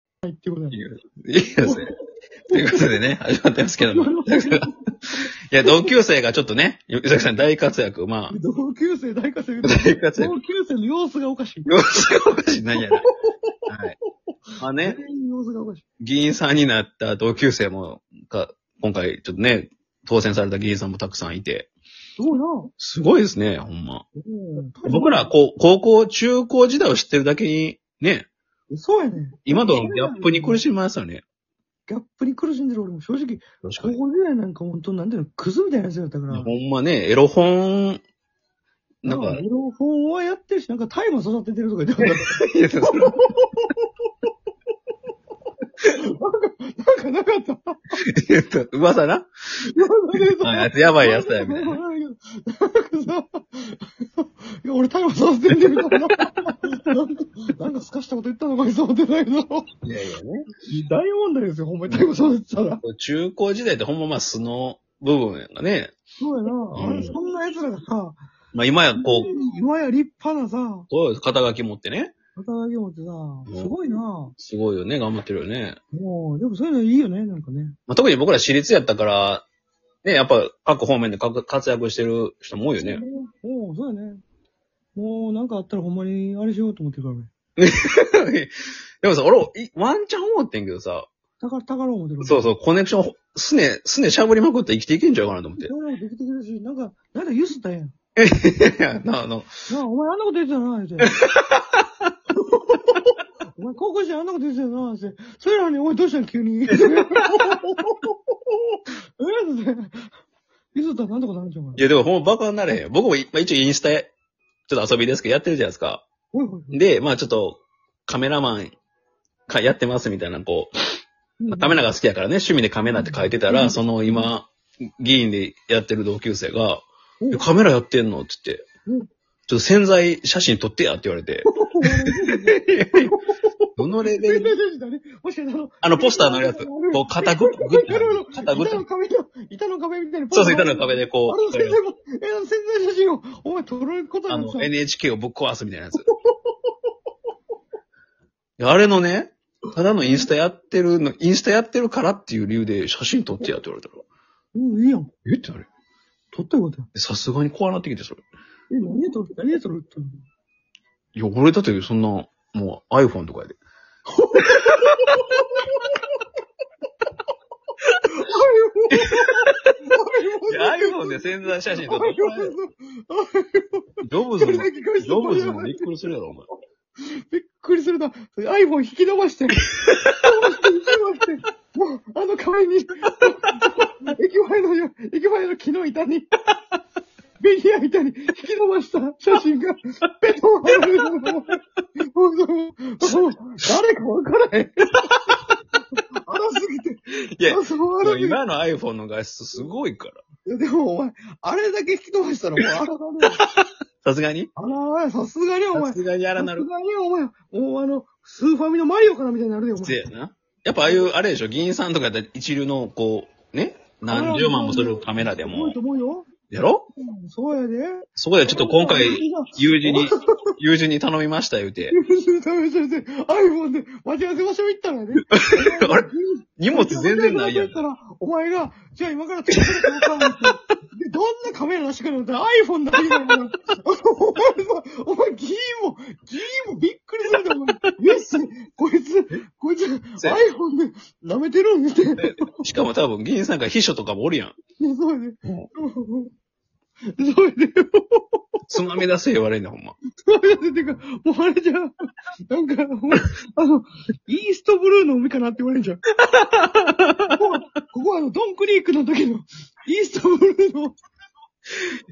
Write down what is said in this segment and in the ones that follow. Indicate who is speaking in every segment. Speaker 1: ないってことだ
Speaker 2: い
Speaker 1: よ。
Speaker 2: やいいですね。ということでね、 始まってますけども。いや、同級生がちょっとね、吉崎さん大活躍。まあ、
Speaker 1: 同級生、大活躍。
Speaker 2: 大活躍。
Speaker 1: 同級生の様子がおかしい。
Speaker 2: よろしくおかしい。何やね。はい。まあね、
Speaker 1: 全員様子がおかしい。
Speaker 2: 議員さんになった同級生も、か今回ちょっとね、当選された議員さんもたくさんいて、
Speaker 1: すごいな。
Speaker 2: すごいですね、ほんま。
Speaker 1: うん
Speaker 2: 僕ら、こう、高校、中高時代を知ってるだけに、ね、
Speaker 1: そうやね。
Speaker 2: 今とのギャップに苦しみますよね。
Speaker 1: ギャップに苦しんでる俺も正直、
Speaker 2: 確
Speaker 1: 高校時代なんか本当なんていうの、クズみたいなやつだったから。
Speaker 2: ほんまね、エロ本、なんか
Speaker 1: エ、ロ本はやってるし、なんか大麻育ててると か言ってなかっ
Speaker 2: いやそれ
Speaker 1: た。なんかな かった。
Speaker 2: えっと 噂なあやつやばいやつだよみ たいな
Speaker 1: なんかさ、いや、俺タイマーさせてみたいな。なんか、なんかすかしたこと言ったのかいそう思ってないけど。
Speaker 2: いやいやね。
Speaker 1: 大問題ですよ、ほんまにタイマーさせてたら。
Speaker 2: 中高時代ってほんままあ素の部分がね。
Speaker 1: そうやな。あ
Speaker 2: う
Speaker 1: れ、
Speaker 2: ん
Speaker 1: そんな奴らがさ、
Speaker 2: まあ今やこう、
Speaker 1: 今や立派なさ、
Speaker 2: こういう肩書き持ってね。
Speaker 1: 働き持ってさ、すごいな。も
Speaker 2: すごいよね、頑張ってるよね。
Speaker 1: う、でもそういうのいいよね、なんかね。
Speaker 2: まあ、特に僕ら私立やったから、ね、やっぱ各方面でかく活躍してる人も多いよ ね。
Speaker 1: もう、そうやね。もう、なんかあったらほんまに、あれしようと思ってるからね。
Speaker 2: でもさ、俺、いワンチャン思ってんけどさ、
Speaker 1: 宝、宝を思ってる。
Speaker 2: そうそう、コネクション、すね、すねしゃぶりまくって生きていけんちゃうかなと思って
Speaker 1: そういうのできてくるし、なんか、なんかゆすったらええやん。。
Speaker 2: いや、な、あの、
Speaker 1: なあ、お前あんなこと言ってたな、言 って。お前高校時代あんなこと言ってたよな、言って。それなのに、お前どうしたん急
Speaker 2: 。
Speaker 1: に。ええって。いつだったらなんとかなるんちゃうかない
Speaker 2: やでもほんまバカになれへんよ。僕もいまあ一応インスタ、ちょっと遊びですけどやってるじゃないですか。
Speaker 1: おいおいおい。
Speaker 2: で、まあちょっと、カメラマン、か、やってますみたいな、こう、
Speaker 1: うん
Speaker 2: カメラが好きやからね、趣味でカメラって書いてたら、
Speaker 1: うん
Speaker 2: その今、議員でやってる同級生が、
Speaker 1: うん
Speaker 2: えカメラやってんのって言って、
Speaker 1: うん
Speaker 2: ちょっと潜在写真撮ってやって言わ れて、
Speaker 1: お前
Speaker 2: どのレベ
Speaker 1: 全
Speaker 2: ル
Speaker 1: 然全然だねもしかしたら
Speaker 2: あの、ポスターのやつ、こう、肩ぐっ、ぐっ
Speaker 1: あ の
Speaker 2: て、肩ぐっ
Speaker 1: 板の
Speaker 2: て、
Speaker 1: 壁の、板の壁みたいな。
Speaker 2: そうそう、板の壁でこ
Speaker 1: あの
Speaker 2: う、
Speaker 1: 先生も、え、あの先生の写真を、お前撮ること
Speaker 2: あ
Speaker 1: なんてさ
Speaker 2: の、NHK をぶっ壊すみたいなやつ。いやあれのね、ただのインスタやってるの、インスタやってるからっていう理由で写真撮ってやって言われたら、
Speaker 1: うん、いいやん。
Speaker 2: えってなる。
Speaker 1: 撮ったことや。
Speaker 2: さすがに怖なってきて、それ。
Speaker 1: え、何で撮る何で撮る撮る
Speaker 2: いや、俺だってそんな、もう iPhone とかやで。iPhone で潜在写真撮って、ジョブズも、ジョブズもびっくりするやろ、お前。
Speaker 1: びっくりするな。iPhone 引き伸ばして。引き伸ばして。もう、あの壁に、駅前のよ、駅前の木の板に、ベニヤ板に引き伸ばした写真が、ペトン貼られるのもうもうもう誰かわからへん。荒すぎて。
Speaker 2: いや
Speaker 1: あそう荒
Speaker 2: も
Speaker 1: す
Speaker 2: う
Speaker 1: ぎて。
Speaker 2: 今の iPhone の画質すごいから。
Speaker 1: いやでもお前、あれだけ引き飛ばしたらもうあらだね。
Speaker 2: さすがに
Speaker 1: あらあら、さすがにお前。
Speaker 2: さ
Speaker 1: さす
Speaker 2: すがにあらな
Speaker 1: がに
Speaker 2: る。
Speaker 1: お前。もうあの、スーファミのマリオからみたいになるで、お
Speaker 2: せ
Speaker 1: 前。
Speaker 2: やな。やっぱああいう、あれでしょ、議員さんとかやったら一流の、こう、ね、何十万もするカメラです
Speaker 1: ご
Speaker 2: も
Speaker 1: いと、思うよ。
Speaker 2: やろ
Speaker 1: うんそうやで。
Speaker 2: そこでちょっと今 回、友人に、友人に頼みました、言うて。
Speaker 1: 試してみて、iPhone で待ち合わせ場所行ったらね。
Speaker 2: あれ 荷物全然ないや
Speaker 1: 待ち合わせ場所
Speaker 2: ん
Speaker 1: 行っ。たらお前が、じゃあ今から撮ってくれたの かで、どんなカメラ出してくれるのか iPhone だけだよ、お前。お前さ、 お前、ギーも、ギーもびっくりするで、お前。メッシ、こいつ、こいつ、
Speaker 2: せ
Speaker 1: iPhone で舐めてるんって。
Speaker 2: しかも多分、議員さんから秘書とかもおるやん。
Speaker 1: で そうやね。そうやね。
Speaker 2: つまみ出せ言われんねん、ほんま。
Speaker 1: そうやね。てか、もうあれじゃん。なんか、お前あの、イーストブルーの海かなって言われるじゃん。ここは、ここはあの、ドンクリークの時の、イーストブルーの、
Speaker 2: い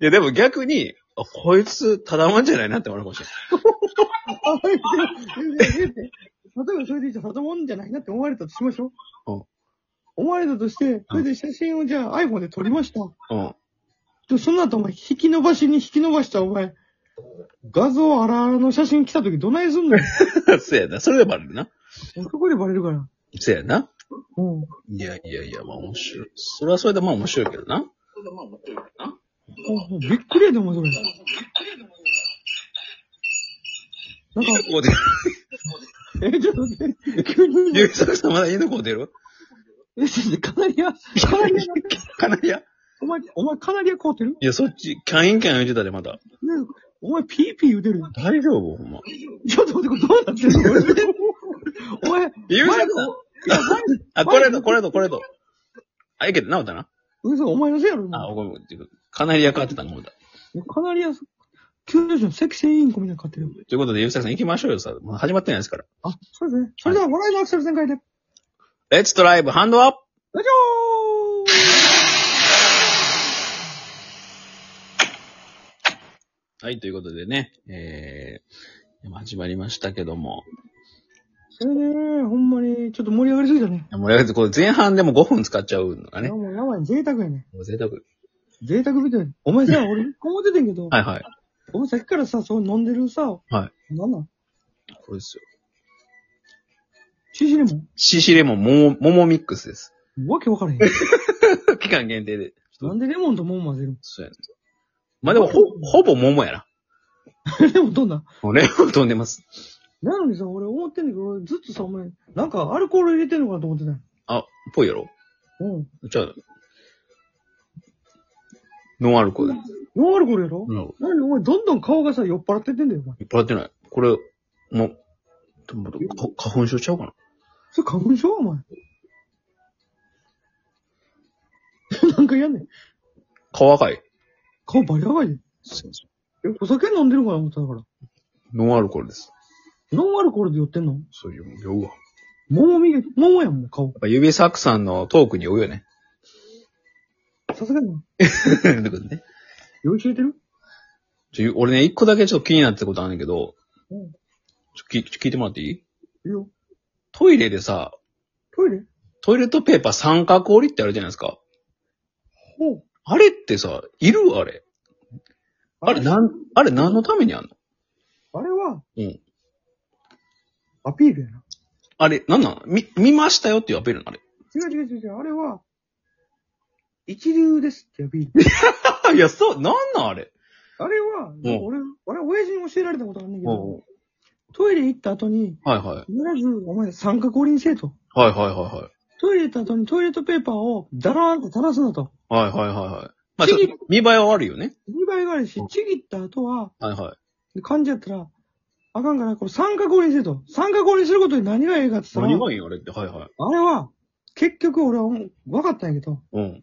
Speaker 2: や、でも逆に、あこいつ、ただもんじゃないなって思うかもしれない。
Speaker 1: あ、いやいやいやいや例えばそれでじゃあ、里もんじゃないなって思われたとしましょう。
Speaker 2: うん
Speaker 1: 思われたとして、それで写真をじゃあ iPhone で撮りました。
Speaker 2: うん。
Speaker 1: で、その後お前、引き伸ばしに引き伸ばしたお前、画像あらあらの写真来た時どないすんのよ。
Speaker 2: せやな。 それでバレるな。
Speaker 1: そこでバレるから。
Speaker 2: せやな。
Speaker 1: うん。
Speaker 2: いやいやいや、まあ面白い。それはそれでまあ面白いけどな。
Speaker 1: びっくりやで、お前それ。なんか、
Speaker 2: ここで、
Speaker 1: え、ちょっと待って。急に。
Speaker 2: ゆうさくさんまだ犬子出る
Speaker 1: え、ちょっとカナリア、カナリア、
Speaker 2: カナリア
Speaker 1: お前、お前カナリア凍ってるね
Speaker 2: いや、そっち、キャンインキャン言ってたで、まだ。
Speaker 1: お前ピーピー言うてるよ
Speaker 2: 大丈夫ほんま。
Speaker 1: ちょっと待って、これどうなってんのお前、
Speaker 2: ゆうさくさ
Speaker 1: い
Speaker 2: ん
Speaker 1: や前
Speaker 2: あ、これだ、これだ、これだ。あ、いけど、治ったな。
Speaker 1: 嘘、お前のせいやろ、今
Speaker 2: あ、ごめん、ごめんていうかカナリア変わってたの、ほんだ。
Speaker 1: カナリア、救助者、セキセイインコみたいなの飼ってるよ。
Speaker 2: ということで、ゆうさくさん行きましょうよ、さ。もう始まってないですから。
Speaker 1: あ、そうですね。それでは、笑いのアクセル全開で。よ
Speaker 2: レッツトライブ、ハンドアップ
Speaker 1: いしょー
Speaker 2: はい、ということでね、えー、始まりましたけども。
Speaker 1: それね、ほんまに、ちょっと盛り上がりすぎたね。
Speaker 2: 盛り上がって、これ前半でも5分使っちゃうのが
Speaker 1: い
Speaker 2: ね
Speaker 1: や、。もうやばい、贅沢やね。
Speaker 2: もう贅沢。
Speaker 1: 贅沢みたいな。お前さ、俺、こう思っててんけど、
Speaker 2: はいはい。
Speaker 1: お前さっきからさ、そう飲んでるさ、
Speaker 2: は
Speaker 1: なんなん
Speaker 2: これですよ。
Speaker 1: シシレモン
Speaker 2: シシレモン、桃、桃ミックスです。
Speaker 1: わけわからへん。
Speaker 2: 期間限定で。
Speaker 1: なんでレモンとモン混ぜる
Speaker 2: そうやね。まあでも、ほ、ほぼ桃やな。
Speaker 1: のレモンどんな
Speaker 2: もうレモン 飛んでます。
Speaker 1: なのにさ、俺思ってんだけど、俺ずっとさ、お前、なんかアルコール入れてんのかなと思ってたよ。
Speaker 2: あ、ぽいやろ
Speaker 1: うん。
Speaker 2: じゃあ、ノンアルコール。
Speaker 1: ノンアルコールやろ、
Speaker 2: うん。
Speaker 1: なのにお前、どんどん顔がさ、酔っ払ってってんだよ、お前。
Speaker 2: いっぱいやってない。これ、もう、でもか花粉症ちゃうかな
Speaker 1: それ花粉症お前。 なんか嫌ねん。
Speaker 2: 顔赤い。
Speaker 1: 顔バリやばいで。え、お酒飲んでるのかな思ってたから。
Speaker 2: ノンアルコールです。
Speaker 1: ノンアルコールで酔ってんの
Speaker 2: そういう、酔うわ。やっ
Speaker 1: 桃見る、桃やん、もう顔。
Speaker 2: ぱ指サックさんのトークに酔うよね。
Speaker 1: さすがに。
Speaker 2: ということね。
Speaker 1: 酔いしれてる
Speaker 2: ちょ俺ね、一個だけちょっと気になってたことあるんだけど、
Speaker 1: うん
Speaker 2: ちょきちょ聞いてもらっていい
Speaker 1: いいよ。
Speaker 2: トイレでさ、
Speaker 1: トイレ
Speaker 2: トイレットペーパー三角折りってあるじゃないですか。
Speaker 1: ほう。
Speaker 2: あれってさ、いるあれ。あれなん、あれ何のためにあんの
Speaker 1: あれは、
Speaker 2: うん。
Speaker 1: アピールやな。
Speaker 2: あれ、なんなん見、見ましたよっていうアピールなのあれ。
Speaker 1: 違う違う違う違う。あれは、一流ですってアピール。
Speaker 2: あいや、そう、なんなんあれ。
Speaker 1: あれは、俺、俺、親父に教えられたことあんねんけ
Speaker 2: うん
Speaker 1: ど、トイレ行った後に、
Speaker 2: はいはい。
Speaker 1: 必ず、お前、三角折りにせえと。
Speaker 2: はいはいはいはい。
Speaker 1: トイレ行った後にトイレットペーパーをダラーンと垂らすなと。
Speaker 2: はいはいはいはい。まあ、ちょっと見栄えは悪いよね。
Speaker 1: 見栄えがあるし、ちぎった後は、
Speaker 2: はいはい。
Speaker 1: 感じやったら、あかんから、これ三角折りにせえと。三角折りにすることで何がええかって言った
Speaker 2: 何
Speaker 1: ら、
Speaker 2: がいいんあれって。はいはい。
Speaker 1: あれは、結局俺は分かったんやけど、
Speaker 2: うん。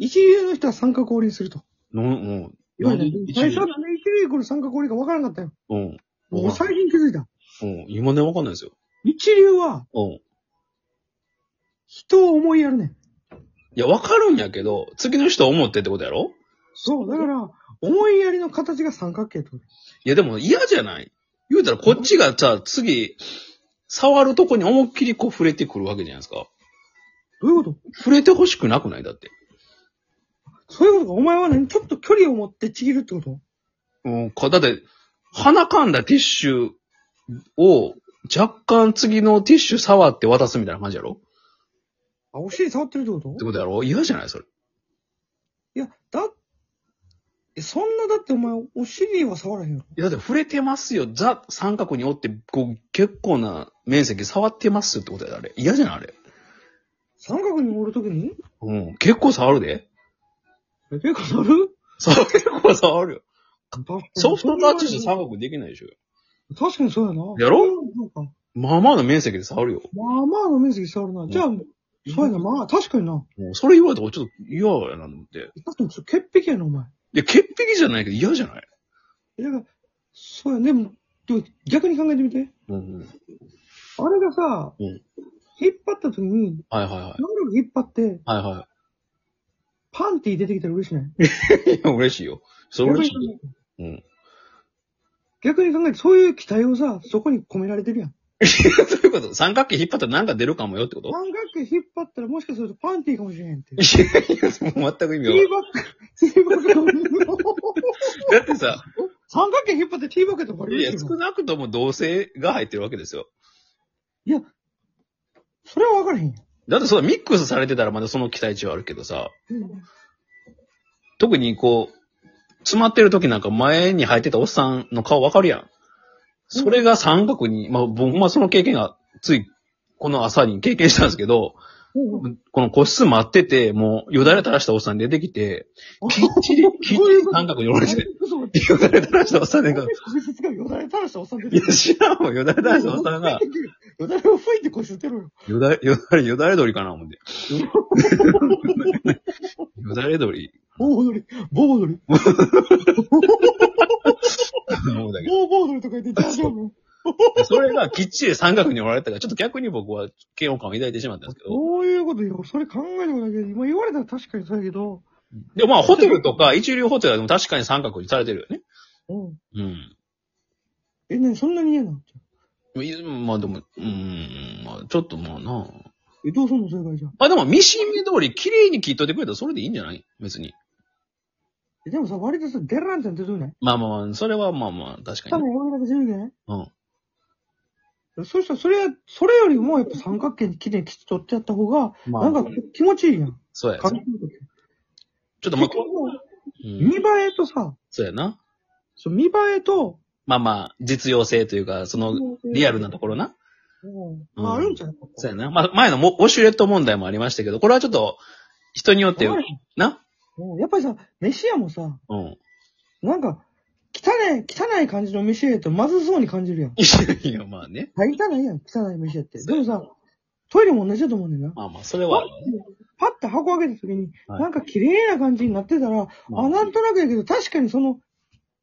Speaker 1: 一流の人は三角折りにすると。
Speaker 2: の、うん。
Speaker 1: 最
Speaker 2: 何
Speaker 1: 初はね、一流イコール三角折りが分からなかったよ。
Speaker 2: うん。
Speaker 1: もう最近気づいた。
Speaker 2: うん。今ね、わかんないですよ。
Speaker 1: 一流は
Speaker 2: うん。い
Speaker 1: 人を思いやるねん。
Speaker 2: や、わかるんやけど、次の人は思ってってことやろ
Speaker 1: そう、だから、思いやりの形が三角形ってこと
Speaker 2: いや、でも嫌じゃない言うたら、こっちがさ、次、触るとこに思いっきりこう触れてくるわけじゃないですか。
Speaker 1: どういうこと
Speaker 2: 触れてほしくなくないだって。
Speaker 1: そういうことか。お前はね、ちょっと距離を持ってちぎるってこと
Speaker 2: うん、か、だって、鼻かんだティッシュを、若干次のティッシュ触って渡すみたいな感じやろ
Speaker 1: あ、お尻触ってるってこと
Speaker 2: ってことやろ嫌じゃないそれ。
Speaker 1: いや、だ、え、そんなだってお前、お尻は触らへんよ。
Speaker 2: いや、だって触れてますよ。ザ、三角に折って、こう、結構な面積触ってますよってことやで、あれ。嫌じゃないあれ。
Speaker 1: 三角に折るときに
Speaker 2: うん。結構触るで。
Speaker 1: え、結構触る
Speaker 2: そう、結構触るよ。 ソフトタッチして
Speaker 1: 確
Speaker 2: 三角できないでしょ。
Speaker 1: かにそうやな。
Speaker 2: やろ
Speaker 1: そうか。
Speaker 2: まあまあの面積で触るよ。
Speaker 1: まあまあの面積触るな。じゃあ、そうやな。まあ、確かにな。
Speaker 2: もうそれ言われたらちょっと嫌やなと思って。い
Speaker 1: 確かにちょっと潔癖やな、お前。
Speaker 2: や、潔癖じゃないけど嫌じゃない
Speaker 1: えだから、そうやね。でも、でも逆に考えてみて。
Speaker 2: うんうん。
Speaker 1: あれがさ、
Speaker 2: うん
Speaker 1: 引っ張った時に、
Speaker 2: はいはいはい。
Speaker 1: なんで引っ張って、
Speaker 2: はいは
Speaker 1: パンティー出てきたら嬉しない
Speaker 2: い。 いや、嬉しいよ。それ
Speaker 1: 逆
Speaker 2: 嬉
Speaker 1: に
Speaker 2: しいよ。うん。
Speaker 1: 逆に考えて、そういう期待をさ、そこに込められてるやん。
Speaker 2: どういうこと三角形引っ張ったらなんか出るかもよってこと
Speaker 1: 三角形引っ張ったらもしかするとパンティーかもしれへんっていう。
Speaker 2: いやいや、もう全く意
Speaker 1: テ
Speaker 2: 味
Speaker 1: ィーバッ
Speaker 2: わ
Speaker 1: グ、 ティーバッグかもしれん。
Speaker 2: からん。だってさ、
Speaker 1: 三角形引っ張ってティーバッグやったらバ
Speaker 2: い
Speaker 1: レ
Speaker 2: や、
Speaker 1: る
Speaker 2: 少なくとも同性が入ってるわけですよ。
Speaker 1: それは分からへんやん。
Speaker 2: だってそのミックスされてたらまだその期待値はあるけどさ、特にこう、詰まってる時なんか前に入ってたおっさんの顔わかるやん。それが三角に、まあ僕、まあその経験がつい、この朝に経験したんですけど、
Speaker 1: うんうん
Speaker 2: この個室待ってて、もうよだれ垂らしたおっさん出てき て、きっちり、 きっちり三角におろして、
Speaker 1: 嘘待って。
Speaker 2: よだれ垂らしたおっさんが、い
Speaker 1: こいつがよだれ垂らしたおっさん出て
Speaker 2: や知らんわ、よだれ垂らしたおっさんが、
Speaker 1: よだれを吹いてこいつってろよ。
Speaker 2: よだれ、よだれ、よ だれ鳥かな、思って。よだれ鳥
Speaker 1: 棒踊り、棒踊り、
Speaker 2: かな思うんだけ
Speaker 1: 棒棒踊りとか言って大丈夫
Speaker 2: ど、それがきっちり三角におられたから、ちょっと逆に僕は嫌悪感を抱いてしまったんですけど、
Speaker 1: そういうことよ。それ考えてもないけど、今言われたら確かにそうやけど、
Speaker 2: でもまあホテルとか、一流ホテルでも確かに三角にされてるよね。
Speaker 1: うん。
Speaker 2: うん。
Speaker 1: え、なにそんなに嫌なの
Speaker 2: いまあでも、うん、まあちょっとまあな
Speaker 1: え、どうすんの正解じゃん。
Speaker 2: まあでも、ミシン目通り綺麗に切っといてくれたらそれでいいんじゃない別に。
Speaker 1: え、でもさ、割とさ、デランちゃん出てるね。
Speaker 2: まあまあまあ、それはまあまあ、確か
Speaker 1: 多
Speaker 2: にね。
Speaker 1: 分俺だけ10年
Speaker 2: うん。
Speaker 1: そしたら、それや、それよりも、やっぱ三角形に綺麗に切って取ってやった方が、
Speaker 2: ま
Speaker 1: なん
Speaker 2: あ、
Speaker 1: か気持ちいいやん。
Speaker 2: そうや。
Speaker 1: かっこ
Speaker 2: ち
Speaker 1: いい時。
Speaker 2: ょっとまあ
Speaker 1: 結、局
Speaker 2: う
Speaker 1: 見
Speaker 2: ん、
Speaker 1: 栄えとさ、
Speaker 2: そうやな。
Speaker 1: そう見栄えと、
Speaker 2: まあまあ、実用性というか、その、リアルなところな。
Speaker 1: うん。まあ、あるんちゃう
Speaker 2: そうやな。まあ、前のもウォシュレット問題もありましたけど、これはちょっと、人によって
Speaker 1: お前、
Speaker 2: な。
Speaker 1: うんやっぱりさ、飯屋もさ、
Speaker 2: うん。
Speaker 1: なんか、汚い、汚い感じの飯屋やとまずそうに感じるやん。
Speaker 2: いやいや、まあね。
Speaker 1: 大汚いやん、汚い飯屋って。でもさ、トイレも同じだと思うねんだよな。
Speaker 2: まあまあ、それは、
Speaker 1: パッて箱開けた時に、
Speaker 2: はい
Speaker 1: なんか綺麗な感じになってたら、
Speaker 2: ま
Speaker 1: あ、
Speaker 2: あ、
Speaker 1: なんとなくやけど、確かにその、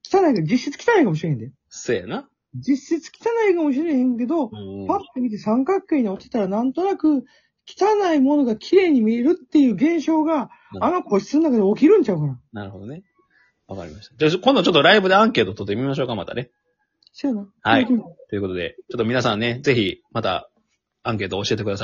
Speaker 1: 汚いが、実質汚いかもしれへんで。
Speaker 2: そうやな。
Speaker 1: 実質汚いかもしれへんけど、
Speaker 2: うん
Speaker 1: パッて見て三角形に落ちたらなんとなく汚いものが綺麗に見えるっていう現象が
Speaker 2: う、ん
Speaker 1: あの個室の中で起きるんちゃうかな。
Speaker 2: なるほどね。わかりました。じゃあ、今度ちょっとライブでアンケート取ってみましょうか、またね。
Speaker 1: そうやな。
Speaker 2: はい
Speaker 1: うん
Speaker 2: ということで、ちょっと皆さんね、ぜひ、また、アンケートを教えてください。